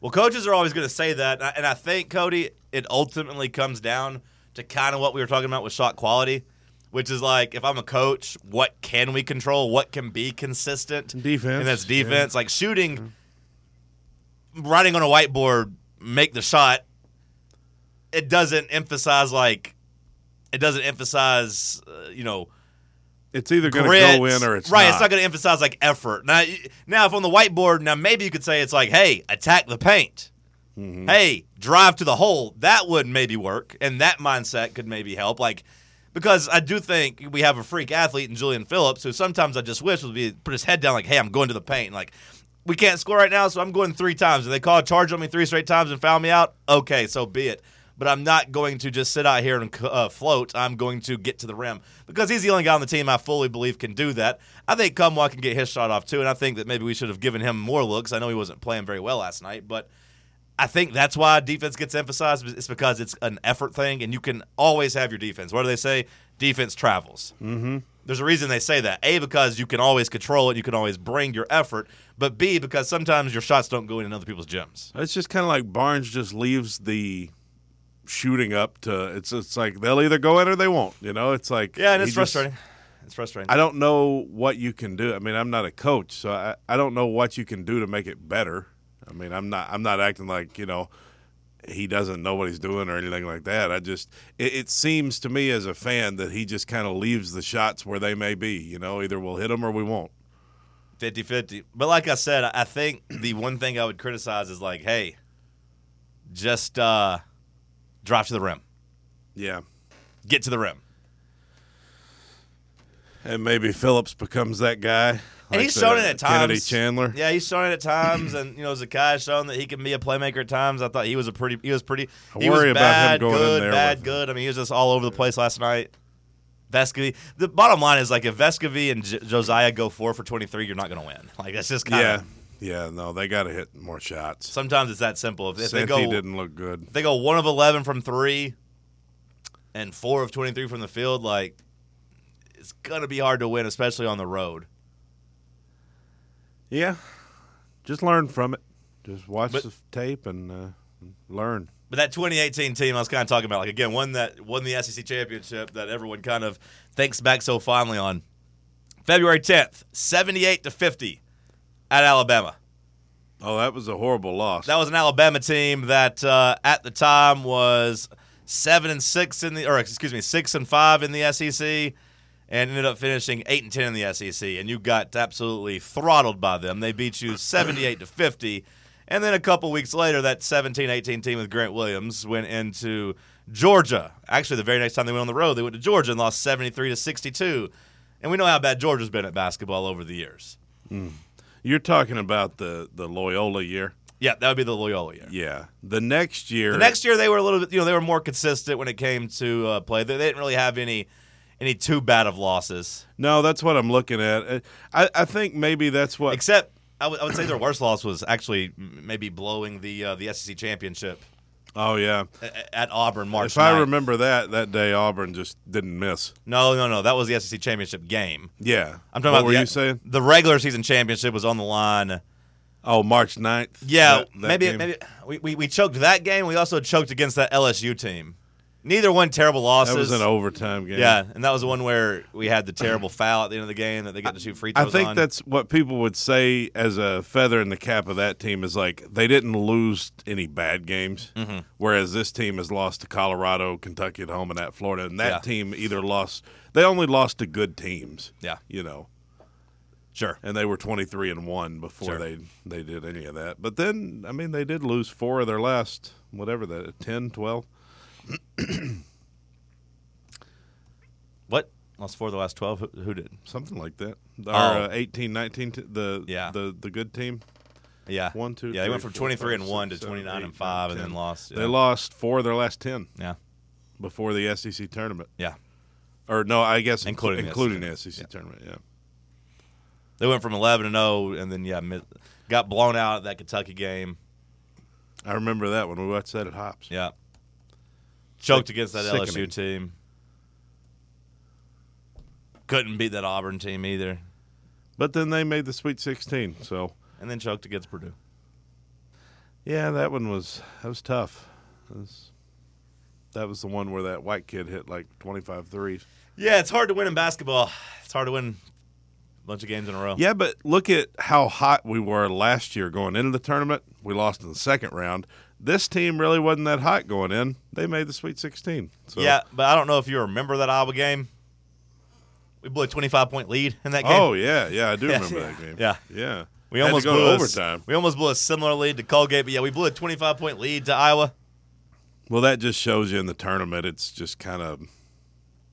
S5: Well, coaches are always going to say that, and I- and I think Cody, it ultimately comes down to kind of what we were talking about with shot quality, which is like if I'm a coach, what can we control? What can be consistent?
S6: Defense,
S5: and that's defense. Like shooting,
S6: Mm-hmm.
S5: writing on a whiteboard, make the shot. It doesn't emphasize like, it doesn't emphasize, uh, you know
S6: It's either going to
S5: grit.
S6: go in or it's
S5: right.
S6: Not.
S5: It's not going to emphasize like effort. Now, y- now if on the whiteboard, now maybe you could say it's like, hey, attack the paint. Hey, drive to the hole. That would maybe work, and that mindset could maybe help. Like, because I do think we have a freak athlete in Julian Phillips, who sometimes I just wish would be put his head down, like, hey, I'm going to the paint, and like. We can't score right now, so I'm going three times. And they call a charge on me three straight times and foul me out. Okay, so be it. But I'm not going to just sit out here and uh, float. I'm going to get to the rim because he's the only guy on the team I fully believe can do that. I think Kumwa can get his shot off too, and I think that maybe we should have given him more looks. I know he wasn't playing very well last night, but I think that's why defense gets emphasized. It's because it's an effort thing, and you can always have your defense. What do they say? Defense travels. Mm-hmm. There's a reason they say that. A because you can always control it, you can always bring your effort, but B because sometimes your shots don't go in in other people's gyms.
S6: It's just kind of like Barnes just leaves the shooting up to it's it's like they'll either go in or they won't. You know, it's like
S5: Yeah, and
S6: he
S5: it's
S6: just-
S5: frustrating. It's frustrating.
S6: I don't know what you can do. I mean, I'm not a coach, so I, I don't know what you can do to make it better. I mean, I'm not I'm not acting like you know he doesn't know what he's doing or anything like that. I just it, it seems to me as a fan that he just kind of leaves the shots where they may be. You know, either we'll hit them or we won't.
S5: 50 50. But like I said, I think the one thing I would criticize is like, hey, just uh, drive to the rim,
S6: Yeah,
S5: get to the rim.
S6: and maybe Phillips becomes that guy.
S5: and
S6: like
S5: he's
S6: the
S5: shown it at times.
S6: Kennedy Chandler.
S5: Yeah, he's shown it at times, and you know Zakai's shown that he can be a playmaker at times. I thought he was a pretty. He was pretty.
S6: I
S5: he was
S6: worry about him
S5: bad,
S6: going in
S5: good,
S6: there
S5: bad,
S6: with-
S5: good. I mean, he was just all over the place last night. Vescovy. The bottom line is like if Vescovy and J- Josiah go four for twenty three, you're not going to win. Like that's just kind
S6: Yeah,
S5: of.
S6: yeah. No, they got to hit more shots.
S5: Sometimes it's that simple. If, if they
S6: Santi
S5: go,
S6: didn't look good.
S5: if they go one of eleven from three, and four of twenty three from the field. Like it's gonna be hard to win, especially on the road.
S6: Yeah, just learn from it. Just watch
S5: But-
S6: the tape and uh, learn.
S5: But that 2018 team I was kind of talking about, like again, one that won the SEC championship that everyone kind of thinks back so fondly on. February 10th, 78 to 50 at Alabama.
S6: Oh, that was a horrible loss.
S5: That was an Alabama team that uh, at the time was seven and six in the, or excuse me, six and five in the SEC, and ended up finishing eight and ten in the SEC. And you got absolutely throttled by them. They beat you seventy-eight to fifty, and then a couple weeks later, that 17-18 team with Grant Williams went into Georgia. Actually, the very next time they went on the road, they went to Georgia and lost seventy-three to sixty-two. And we know how bad Georgia's been at basketball over the years.
S6: You're talking about the the Loyola year.
S5: Yeah, that would be the Loyola year.
S6: Yeah, the next year.
S5: The next year they were a little bit, you know, they were more consistent when it came to uh, play. They, they didn't really have any any too bad of losses,
S6: No, that's what I'm looking at. Uh, I I think maybe that's what.
S5: except I would I would say their worst loss was actually m- maybe blowing the uh, the SEC championship
S6: Oh yeah.
S5: a- a- at Auburn March.
S6: If I
S5: 9th.
S6: remember that, that day Auburn just didn't miss.
S5: no, no, no, that was the SEC championship game.
S6: Yeah.
S5: I'm talking
S6: what
S5: about.
S6: were
S5: the,
S6: you saying?
S5: the regular season championship was on the line?
S6: Oh, March 9th.
S5: Yeah,
S6: That- that
S5: maybe
S6: game.
S5: maybe we, we, we choked that game. We also choked against that LSU team. Neither one terrible losses.
S6: that was an overtime game.
S5: yeah, and that was the one where we had the terrible foul at the end of the game that they got to shoot free throws.
S6: I think
S5: on.
S6: that's what people would say as a feather in the cap of that team is like they didn't lose any bad games, whereas this team has lost to Colorado, Kentucky at home, and at Florida, and that
S5: Yeah.
S6: team either lost they only lost to good teams.
S5: Yeah.
S6: you know,
S5: sure.
S6: and they were twenty three and one before
S5: Sure.
S6: they they did any of that. But then I mean they did lose four of their last whatever the 10, 12.
S5: What lost four of the last twelve? Who, who did?
S6: Something like that. Our
S5: Oh.
S6: uh, 18, 19, t- the,
S5: Yeah.
S6: the the good team.
S5: Yeah,
S6: One, two,
S5: Yeah, they
S6: three,
S5: went from
S6: four,
S5: twenty three
S6: five,
S5: and one to
S6: six, seven,
S5: twenty nine
S6: eight,
S5: and five,
S6: nine,
S5: and then
S6: 10.
S5: lost.
S6: They
S5: yeah.
S6: lost four of their last ten
S5: Yeah,
S6: before the SEC tournament,
S5: yeah.
S6: or no, I guess
S5: Including
S6: including
S5: the E
S6: including the
S5: SEC.
S6: SEC tournament. Yeah,
S5: They went from eleven and zero, and then yeah, mi- got blown out at that Kentucky game.
S6: I remember that when we watched that at Hops.
S5: Yeah, choked against that
S6: sickening.
S5: LSU team. Couldn't beat that Auburn team either,
S6: But then they made the Sweet Sixteen, so
S5: and then choked against Purdue.
S6: yeah, that one was that was tough. That was, that was the one where that white kid hit like 25 threes.
S5: Yeah, it's hard to win in basketball. It's hard to win a bunch of games in a row.
S6: Yeah, but look at how hot we were last year going into the tournament. We lost in the second round. This team really wasn't that hot going in. They made the Sweet 16. So.
S5: yeah, but I don't know if you remember that Iowa game. We blew a twenty five point lead in that game.
S6: Oh yeah, yeah, I do
S5: Yeah.
S6: remember that game.
S5: Yeah.
S6: yeah.
S5: We
S6: Had to
S5: almost
S6: go
S5: blew
S6: to
S5: a-
S6: overtime.
S5: we almost blew a similar lead to Colgate, but yeah, we blew a 25 point lead to Iowa.
S6: Well, that just shows you in the tournament. It's just kind of,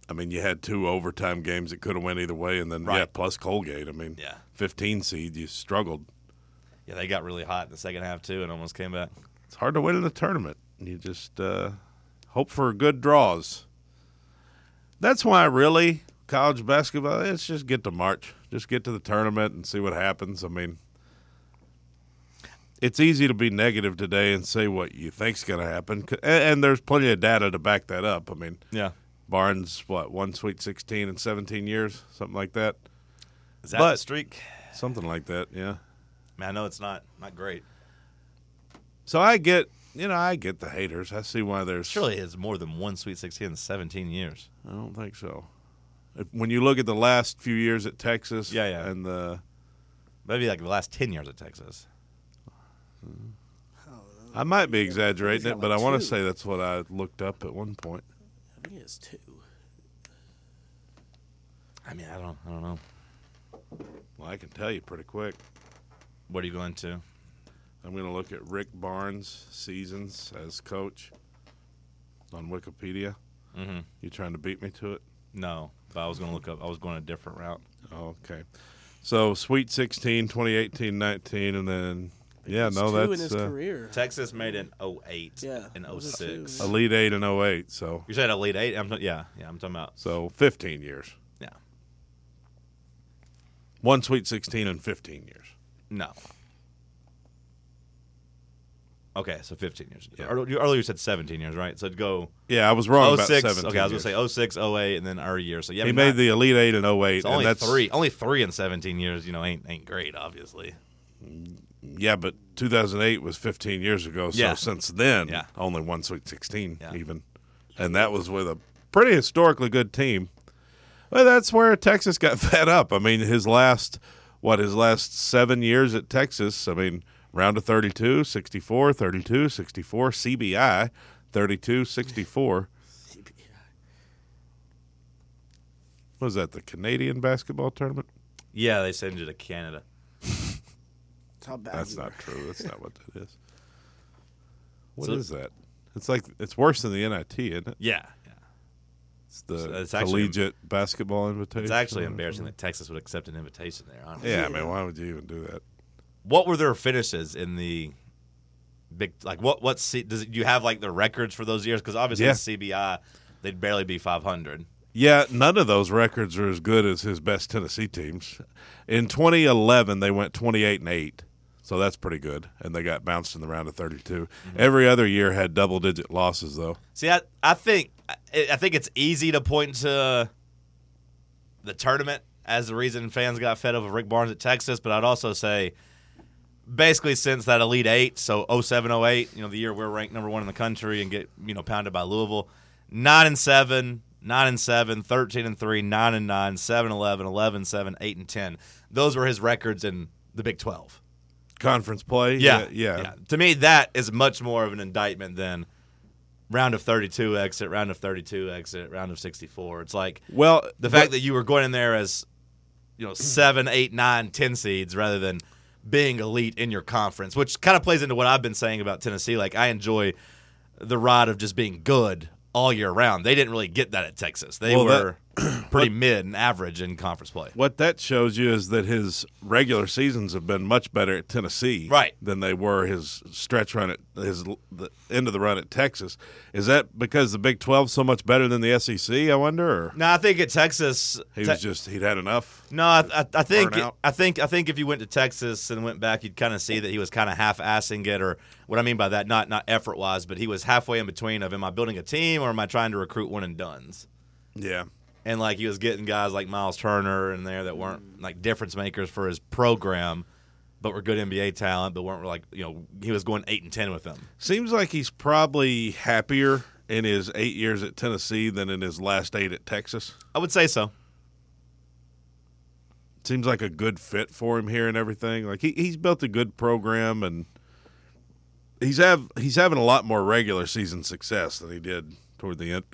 S6: I mean, you had two overtime games that could have went either way, and then yeah,
S5: Right.
S6: plus Colgate. I mean,
S5: Yeah.
S6: 15 seed, you struggled.
S5: Yeah, they got really hot in the second half too, and almost came back.
S6: It's hard to win in the tournament. You just uh, hope for good draws. That's why really college basketball. It's just get to March, just get to the tournament and see what happens. I mean. It's easy to be negative today and say what you think's going to happen, 'Cause- and and there's plenty of data to back that up. I mean,
S5: Yeah,
S6: Barnes, what, one Sweet 16 in 17 years? Something like that.
S5: is that
S6: But-
S5: the streak?
S6: Something like that, yeah.
S5: Man, I know it's not not great.
S6: So I get, you know, I get the haters. I see why there's.
S5: Surely it's more than one Sweet 16 in 17 years.
S6: I don't think so. If- When you look at the last few years at Texas
S5: Yeah, yeah.
S6: and the.
S5: Maybe like the last 10 years at Texas.
S6: I might be exaggerating it,
S7: got
S6: but
S7: like
S6: I want
S7: two.
S6: to say that's what I looked up at one point.
S7: I think it's two.
S5: I mean, I don't I don't know.
S6: Well, I can tell you pretty quick.
S5: What are you going to?
S6: I'm going to look at Rick Barnes' seasons as coach on Wikipedia.
S5: Mhm.
S6: You trying to beat me to it?
S5: No, but I was going to look up. I was going a different route.
S6: Okay. So Sweet 16, 2018, 19, and then yeah,
S7: It's
S6: no,
S7: two in
S6: that's
S7: his
S6: uh,
S7: career.
S5: Texas made an 08
S7: Yeah,
S5: and
S7: it was a
S5: 06.
S7: two.
S6: Elite Eight and 08, so
S5: You said Elite 8? I'm t- yeah, yeah, I'm talking about.
S6: so 15 years.
S5: Yeah.
S6: One Sweet 16 and 15 years.
S5: No. Okay, so 15 years.
S6: Yeah.
S5: Earl- You Earlier you said 17 years, right? So it'd go
S6: Yeah, I was wrong about
S5: 06.
S6: 17.
S5: Okay, I was going to
S6: years.
S5: say 06, 08, and then our year. So yeah,
S6: he
S5: I mean,
S6: made
S5: not-
S6: the Elite Eight and 08,
S5: It's
S6: and
S5: only
S6: that's
S5: three. Only three in 17 years, you know, ain't ain't great, obviously.
S6: Yeah, but 2008 was 15 years ago. So
S5: Yeah.
S6: since then,
S5: Yeah.
S6: only one Sweet 16
S5: Yeah.
S6: even, and that was with a pretty historically good team. Well, that's where Texas got fed up. I mean, his last what his last seven years at Texas. I mean, round of 32, 64, 32, 64, CBI, 32, 64. Was that the Canadian basketball tournament?
S5: Yeah, they send you to Canada.
S7: That's how bad
S6: That's
S7: you were.
S6: not true. That's not what that is. What
S5: So-
S6: is that? It's like it's worse than the NIT, isn't it?
S5: Yeah. yeah.
S6: It's the
S5: it's actually-
S6: collegiate basketball invitation.
S5: It's actually
S6: or
S5: embarrassing that Texas would accept an invitation there,
S6: something.
S5: honestly.
S6: Mm-hmm. Yeah, I mean, why would you even do that?
S5: What were their finishes in the big like what what se- does it, do you have like the records for those years cuz obviously
S6: Yeah.
S5: the CBI they'd barely be 500.
S6: Yeah, none of those records are as good as his best Tennessee teams. In 2011, they went 28 and 8. So that's pretty good. And they got bounced in the round of 32.
S5: Mm-hmm.
S6: Every other year had double digit losses, though.
S5: See, I, I think I, I think it's easy to point to the tournament as the reason fans got fed up of Rick Barnes at Texas, but I'd also say basically since that Elite Eight, so 07, 08, you know, the year we're ranked number one in the country and get, you know, pounded by Louisville, 9 and 7, 9 and 7, 13 and 3, 9 and 9, 7 11, 11 7, 8 and 10. Those were his records in the Big 12.
S6: Conference play?
S5: Yeah,
S6: Yeah.
S5: To me, that is much more of an indictment than round of 32 exit, round of 32 exit, round of 64. It's like
S6: Well,
S5: the fact that you were going in there as, you know, seven, eight, nine, ten seeds rather than being elite in your conference, which kind of plays into what I've been saying about Tennessee. Like I enjoy the ride of just being good all year round. They didn't really get that at Texas. They
S6: Well, that-
S5: were pretty mid and average in conference play.
S6: What that shows you is that his regular seasons have been much better at Tennessee,
S5: Right.
S6: than they were his stretch run at his l- the end of the run at Texas. Is that because the Big Twelve so much better than the SEC? I wonder. Or
S5: No, I think at Texas
S6: he
S5: Te-
S6: was just he'd had enough.
S5: No, I, I, I think
S6: Burnout.
S5: I think I think if you went to Texas and went back, you'd kind of see that he was kind of half-assing it, or what I mean by that, not not effort-wise, but he was halfway in between of, am I building a team or am I trying to recruit one and duns?
S6: Yeah,
S5: And like he was getting guys like Miles Turner in there that weren't like difference makers for his program, but were good NBA talent, but weren't like you know he was going eight and ten with them.
S6: seems like he's probably happier in his eight years at Tennessee than in his last eight at Texas.
S5: I would say so.
S6: Seems like a good fit for him here and everything. Like he, he's built a good program and he's have he's having a lot more regular season success than he did toward the end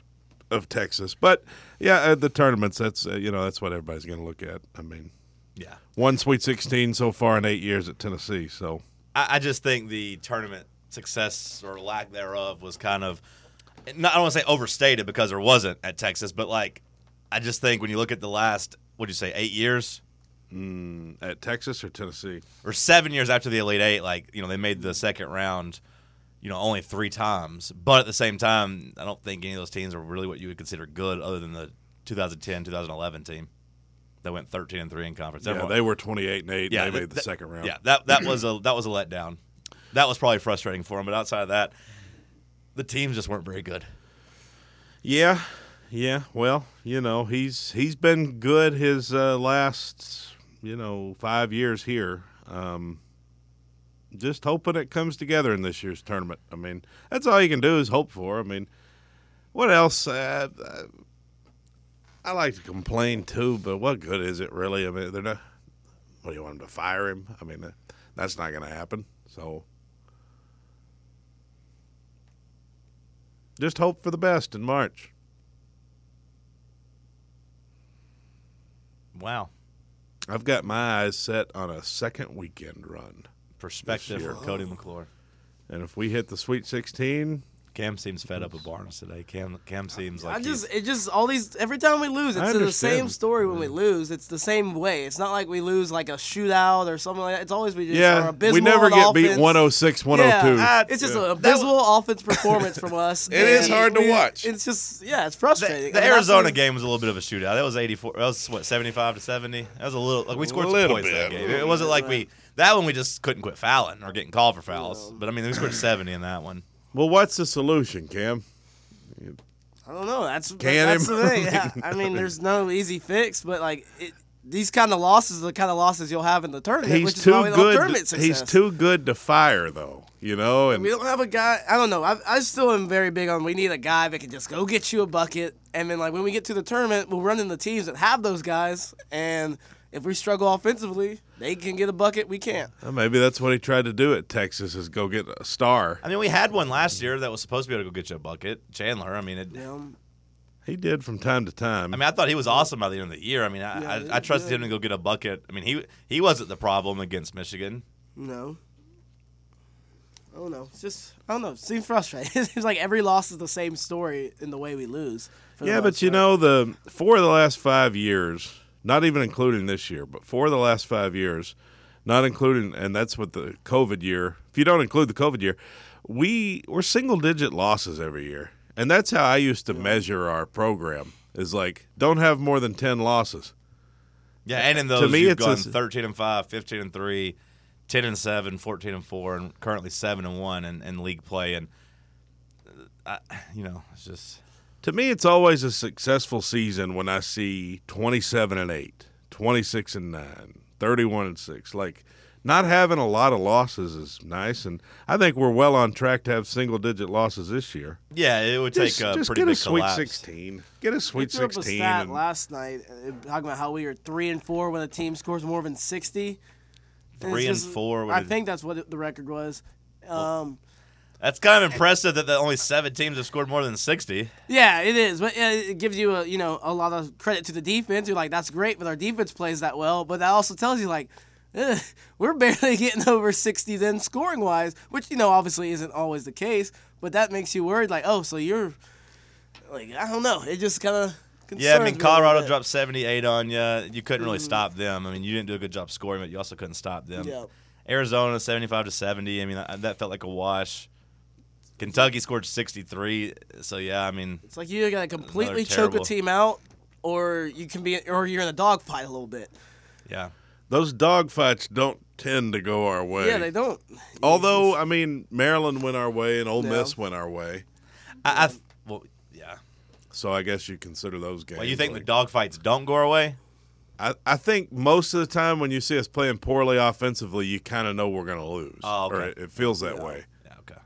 S6: of Texas. But yeah, at the tournaments, that's uh, you know that's what everybody's going to look at. I mean,
S5: Yeah.
S6: one Sweet 16 so far in eight years at Tennessee. So
S5: I, I just think the tournament success or lack thereof was kind of not, I don't want to say overstated because there wasn't at Texas, but like I just think when you look at the last what do you say eight years
S6: at Texas or Tennessee,
S5: or seven years after the Elite Eight, like you know they made the second round, you know only three times, but at the same time I don't think any of those teams are really what you would consider good other than the 2010 2011 team that went 13 and three in conference.
S6: yeah,
S5: Everyone-
S6: they were 28 and eight. Yeah, they
S5: th-
S6: made the
S5: th-
S6: second round.
S5: Yeah, that that was a that was a letdown. That was probably frustrating for him. But outside of that, the teams just weren't very good.
S6: Yeah, yeah. Well, you know, he's he's been good his uh, last you know five years here. Um, just hoping it comes together in this year's tournament. I mean, that's all you can do is hope for. I mean, what else? Uh, I, I like to complain too, but what good is it really? I mean, they're not. What do you want them to fire him? I mean, that- that's not going to happen. So. Just hope for the best in March.
S5: Wow,
S6: I've got my eyes set on a second weekend run.
S5: perspective
S6: This year.
S5: for Cody McClure.
S6: And if we hit the Sweet 16,
S5: Cam seems fed up with Barnes today. Cam Cam seems like
S7: I
S5: he-
S7: just it just all these every time we lose,
S6: I
S7: it's the same
S6: understand.
S7: story when we lose. It's the same way. It's not like we lose like a shootout or something like that. It's always we just are
S6: yeah,
S7: abysmal
S6: we never
S7: on
S6: get beat
S7: offense.
S6: 106,
S7: Yeah,
S6: 102.
S5: I-
S7: it's just
S5: Yeah.
S7: an abysmal offense performance from us. It
S6: is hard to watch.
S7: It's just yeah, it's
S5: the,
S7: frustrating.
S5: the
S7: I mean, that's
S5: Arizona
S7: what-
S5: game was a little bit of a shootout. That was eighty four. That was what seventy five to seventy. That was a little. Like we scored some
S6: Little
S5: points that
S6: bit.
S5: game. It wasn't like we that one we just couldn't quit fouling or getting called for fouls. But I mean, we scored seventy in that one.
S6: well, what's the solution, Cam?
S7: I don't know. That's
S6: Can
S7: that's
S6: him.
S7: the thing. Yeah. I mean, there's no easy fix, but like it, these kind of losses are the kind of losses you'll have in the tournament.
S6: He's
S7: which is why
S6: too
S7: we don't have
S6: good.
S7: Tournament
S6: he's
S7: success.
S6: too good to fire, though. You know, and
S7: We don't have a guy. I don't know. I, I still am very big on. We need a guy that can just go get you a bucket, and then like when we get to the tournament, we'll run in the teams that have those guys, and if we struggle offensively, they can get a bucket. We can't.
S6: Uh, maybe that's what he tried to do at Texas is go get a star.
S5: I mean, we had one last year that was supposed to be able to go get you a bucket, Chandler. I mean, it,
S7: Um,
S6: He did from time to time.
S5: I mean, I thought he was awesome by the end of the year. I mean, I, I, I trusted him to go get a bucket. I mean, he he wasn't the problem against Michigan.
S7: no. I don't know. It's just I don't know. It seems frustrating. it seems like every loss is the same story in the way we lose. for the
S6: yeah, but
S7: most
S6: you
S7: part.
S6: know, the four of the last five years, not even including this year, but four of the last five years, not including, and that's with the COVID year. If you don't include the COVID year, we we're single digit losses every year, And that's how I used to measure our program is like, don't have more than 10 losses.
S5: Yeah, and in those
S6: me,
S5: you've
S6: it's
S5: gone
S6: a-
S5: 13 and 5, 15 and 3, 10 and 7, 14 and 4, and currently 7 and 1 in, in league play. And, uh, I, you know, it's just.
S6: To me, it's always a successful season when I see 27 and 8, 26 and 9, 31 and 6. Like, not having a lot of losses is nice. And I think we're well on track to have single digit losses this year.
S5: Yeah, it would take
S6: just
S5: a
S6: just
S5: pretty
S6: get
S5: big
S6: a sweet
S5: collapse.
S6: 16. Get a
S7: We
S6: sweet
S7: threw up a
S6: 16.
S7: stat
S6: and-
S7: last night uh, talking about how we are three and four when a team scores more than sixty. it's
S5: Three and four
S7: I
S5: with-
S7: think that's what it- the record was. Um,
S5: That's kind of impressive that the only seven teams have scored more than 60.
S7: yeah, it is, but uh, it gives you a you know a lot of credit to the defense. You're like, that's great, but our defense plays that well. But that also tells you like. eh, We're barely getting over 60 then scoring wise, which you know obviously isn't always the case, but that makes you worried like, oh, so you're like I don't know, it just kind of
S5: Yeah, I mean, Colorado dropped 78 on you. You couldn't really stop them. I mean, you didn't do a good job scoring, but you also couldn't stop them.
S7: Yep.
S5: Arizona 75 to 70. I mean, that, that felt like a wash. Kentucky scored 63. So yeah, I mean,
S7: It's like you either gotta completely choke a
S5: terrible-
S7: team out, or you can be, or you're in a dogfight a little bit.
S5: yeah.
S6: Those dogfights don't tend to go our way.
S7: Yeah, they don't.
S6: Although, I mean, Maryland went our way and Ole
S7: Yeah.
S6: Miss went our way.
S5: I, I well, yeah.
S6: So I guess you consider those games.
S5: Well, you think the
S6: like-
S5: dogfights don't go our way?
S6: I, I think most of the time when you see us playing poorly offensively, you kind of know we're going to lose.
S5: Oh, okay.
S6: Or it, it feels that way.
S5: Yeah, okay.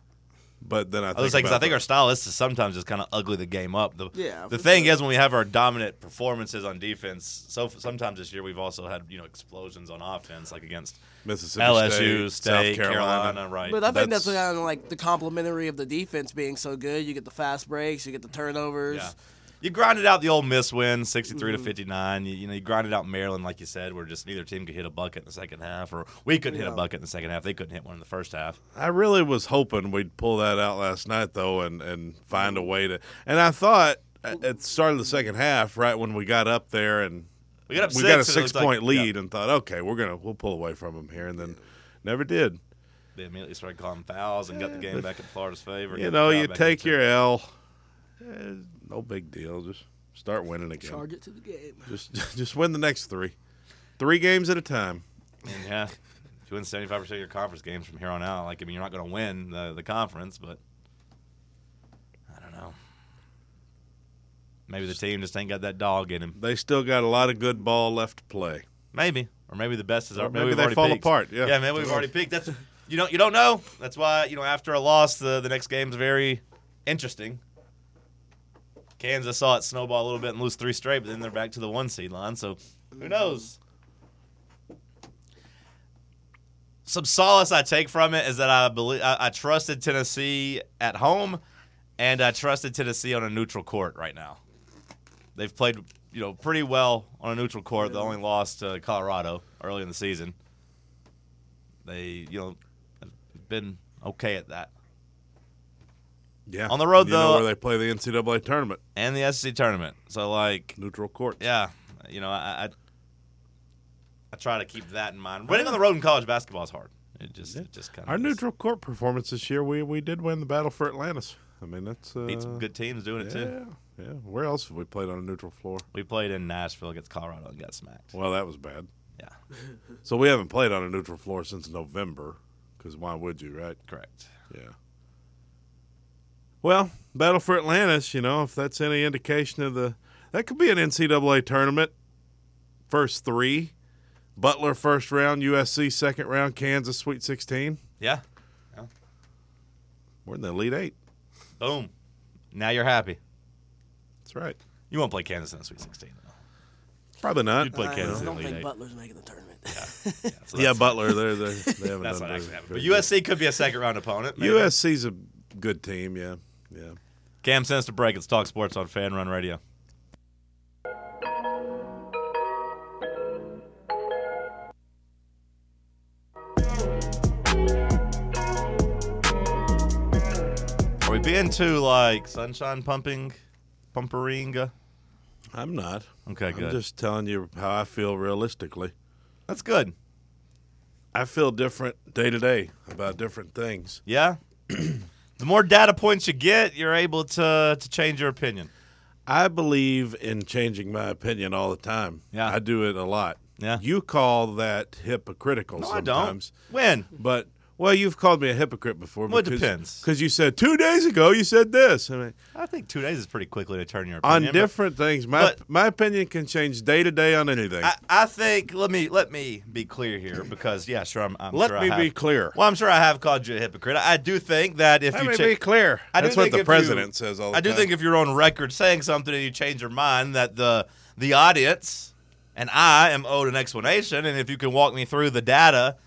S6: But then I think.
S5: I was like, 'cause I
S6: about
S5: think
S6: the-
S5: our style is to sometimes just kind of ugly the game up. The,
S7: Yeah,
S5: the
S7: for
S5: thing is, when we have our dominant performances on defense, so sometimes this year we've also had you know explosions on offense, like against
S6: Mississippi
S5: LSU,
S6: State,
S5: State,
S6: South
S5: Carolina.
S6: Carolina.
S5: right?
S7: But I think that's,
S6: That's-
S7: kind of like the complimentary of the defense being so good. You get the fast breaks, you get the turnovers.
S5: yeah. You grinded out the old Miss win, 63
S7: Mm-hmm.
S5: to 59. You, you know, you grinded out Maryland, like you said, where just neither team could hit a bucket in the second half, or we couldn't hit a bucket in the second half. They couldn't hit one in the first half.
S6: I really was hoping we'd pull that out last night, though, and, and find a way to. And I thought at at the start of the second half, right when we got up there and
S5: We got up six,
S6: we got a
S5: and it was
S6: six point
S5: like- yeah,
S6: lead, and thought, okay, we're gonna we'll pull away from them here, and then never did.
S5: they immediately started calling fouls and got the game back in Florida's favor. got the
S6: You know,
S5: crowd
S6: you
S5: back
S6: take
S5: into it.
S6: your L. Eh, no big deal. Just start winning again.
S7: Charge it to the game.
S6: Just just win the next three. Three games at a time.
S5: And yeah, if you win seventy five percent of your conference games from here on out, like I mean, you're not going to win the the conference, but I don't know. Maybe the team just ain't got that dog in him.
S6: They still got a lot of good ball left to play.
S5: Maybe, or maybe the best is
S6: Or
S5: our.
S6: maybe
S5: we've
S6: they
S5: already
S6: fall
S5: peaked.
S6: apart, yeah.
S5: yeah, maybe we've already peaked. That's you don't you don't know. That's why you know after a loss, the the next game's very interesting. Kansas saw it snowball a little bit and lose three straight, but then they're back to the one seed line. So who knows? Some solace I take from it is that I believe I, I trusted Tennessee at home, and I trusted Tennessee on a neutral court right now. They've played you know pretty well on a neutral court. They only lost to Colorado early in the season. They you know have been okay at that.
S6: Yeah.
S5: On the road,
S6: You know
S5: though-
S6: where they play the NCAA tournament,
S5: and the SEC tournament. So like,
S6: neutral court.
S5: yeah, you know, I, I I try to keep that in mind. Winning on the road in college basketball is hard. It just it just kind of
S6: Our neutral court performance this year, we we did win the battle for Atlantis. I mean, that's uh,
S5: beat some good teams doing it
S6: Yeah,
S5: too.
S6: yeah. Where else have we played on a neutral floor?
S5: We played in Nashville against Colorado and got smacked.
S6: Well, that was bad.
S5: Yeah,
S6: So we haven't played on a neutral floor since November, because why would you, right?
S5: correct.
S6: Yeah. Well, Battle for Atlantis, you know, if that's any indication of the. That could be an NCAA tournament. First three Butler first round, USC second round, Kansas Sweet 16.
S5: Yeah,
S6: We're in the Elite Eight.
S5: boom. Now you're happy.
S6: That's right.
S5: You won't play Kansas in the Sweet 16. Though.
S6: Probably not. Uh,
S5: You'd play
S7: I
S5: Kansas in the
S7: don't
S5: Elite
S7: think
S5: Eight.
S7: Butler's making the tournament.
S5: Yeah, so
S6: yeah,
S5: that's-
S6: Butler. They're, they're, they haven't
S5: That's
S6: done
S5: not actually
S6: very
S5: happening. But
S6: good.
S5: USC could be a second round opponent. maybe.
S6: USC's a good team, yeah. Yeah.
S5: Cam sends to break. It's Talk Sports on Fan Run Radio. Are we being too like sunshine pumping, pumperinga?
S6: I'm not.
S5: Okay,
S6: I'm
S5: good.
S6: just telling you how I feel realistically.
S5: That's good.
S6: I feel different day to day about different things.
S5: Yeah. The more data points you get, you're able to to change your opinion.
S6: I believe in changing my opinion all the time.
S5: Yeah.
S6: I do it a lot.
S5: Yeah.
S6: You call that hypocritical
S5: No,
S6: sometimes.
S5: I don't. When?
S6: But well, you've called me a hypocrite before.
S5: Well, it depends.
S6: Because you said two days ago you said this. I mean,
S5: I think two days is pretty quickly to turn your
S6: on
S5: opinion. but-
S6: different things, my
S5: but-
S6: my opinion can change day to day on anything.
S5: I, I think let me let me be clear here because yeah, sure I'm. I'm
S6: Let
S5: sure I
S6: me
S5: have-
S6: be clear.
S5: Well, I'm sure I have called you a hypocrite. I, I do think that if
S6: Let
S5: you
S6: me
S5: cha-
S6: be clear.
S5: I do
S6: That's what
S5: think
S6: the
S5: if
S6: president
S5: you-
S6: says all the
S5: I do
S6: time.
S5: think if you're on record saying something and you change your mind, that the the audience and I am owed an explanation. And if you can walk me through the data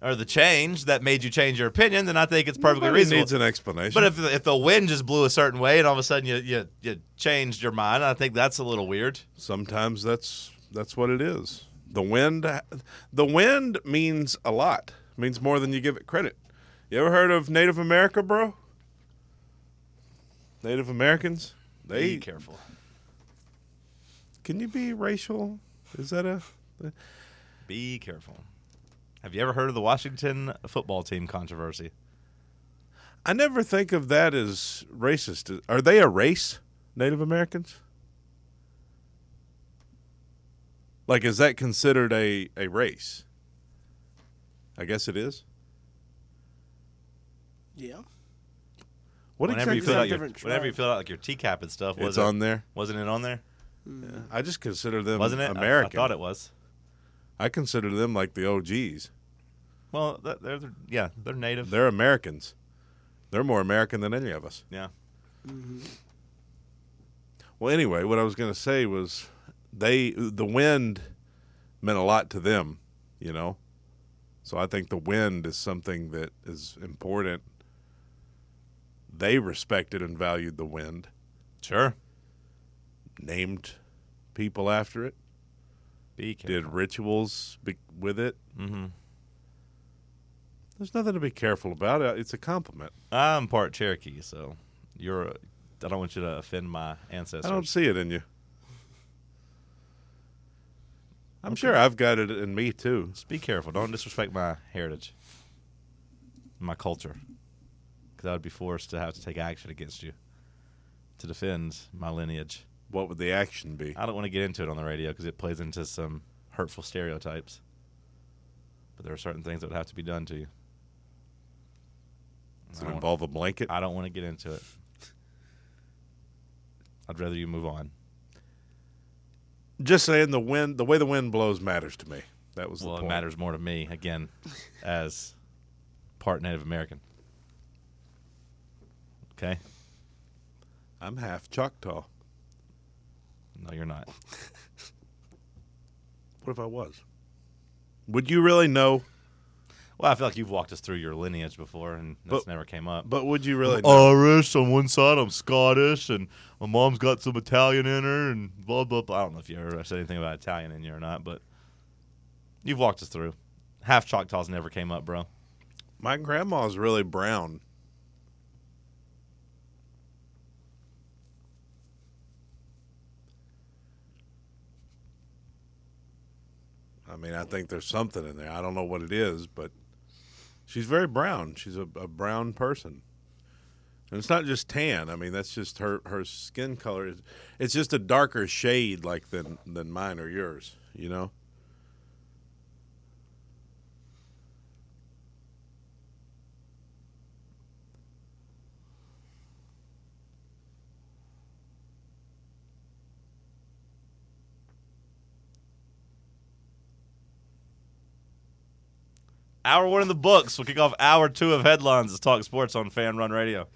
S5: or the change that made you change your opinion, then I think it's perfectly
S6: Nobody
S5: reasonable.
S6: needs an explanation.
S5: but if if the wind just blew a certain way and all of a sudden you you, you changed your mind, I think that's a little weird.
S6: sometimes that's that's what it is. The wind, the wind means a lot. Means more than you give it credit. You ever heard of Native America, bro? Native Americans, they
S5: Be careful.
S6: can you be racial? Is that a
S5: Be careful. Have you ever heard of the Washington football team controversy?
S6: I never think of that as racist. Are they a race, Native Americans? Like, is that considered a, a race? I guess it is.
S7: Yeah.
S6: What
S5: whenever you
S6: exactly?
S5: fill out
S7: Different
S5: your
S7: tribe.
S5: whenever you fill out like your teacup and stuff, was
S6: it's
S5: it,
S6: on there.
S5: Wasn't it on there?
S6: I just consider them
S5: Wasn't it I-
S6: American.
S5: I, thought it was.
S6: I consider them like the OGs.
S5: Well, th- they're, they're yeah, they're native.
S6: They're Americans. They're more American than any of us.
S5: yeah,
S6: Well, anyway, what I was going to say was they the wind meant a lot to them, you know. So I think the wind is something that is important. They respected and valued the wind,
S5: sure.
S6: named people after it,
S5: Be careful.
S6: did rituals be- with it.
S5: Mm-hmm.
S6: There's nothing to be careful about. Uh, It's a compliment.
S5: I'm part Cherokee, so you're. I don't want you to offend my ancestors.
S6: I don't see it in you. I'm sure I've got it in me too.
S5: Just be careful. Don't disrespect my heritage, my culture, because I would be forced to have to take action against you to defend my lineage.
S6: What would the action be?
S5: I don't want to get into it on the radio because it plays into some hurtful stereotypes. But there are certain things that would have to be done to you.
S6: Does it involve a blanket?
S5: I don't want to get into it. I'd rather you move on.
S6: Just saying, the wind, the way the wind blows matters to me. That was
S5: Well,
S6: the
S5: it
S6: point.
S5: matters more to me again, as part Native American. Okay.
S6: I'm half Choctaw.
S5: No, you're not.
S6: What if I was? Would you really know?
S5: Well, I feel like you've walked us through your lineage before, and that's never came up.
S6: But would you really?
S5: Oh,
S6: know?
S5: Irish on one side, I'm Scottish, and my mom's got some Italian in her, and blah blah blah. I don't know if you ever said anything about Italian in you or not, but you've walked us through. Half Choctaws never came up, bro.
S6: My grandma's really brown. I mean, I think there's something in there. I don't know what it is, but she's very brown. She's a, a brown person. And it's not just tan. I mean, that's just her, her skin color. It's, it's just a darker shade like than, than mine or yours, you know?
S5: Hour one in the books. We'll kick off hour two of headlines as Talk Sports on Fan Run Radio.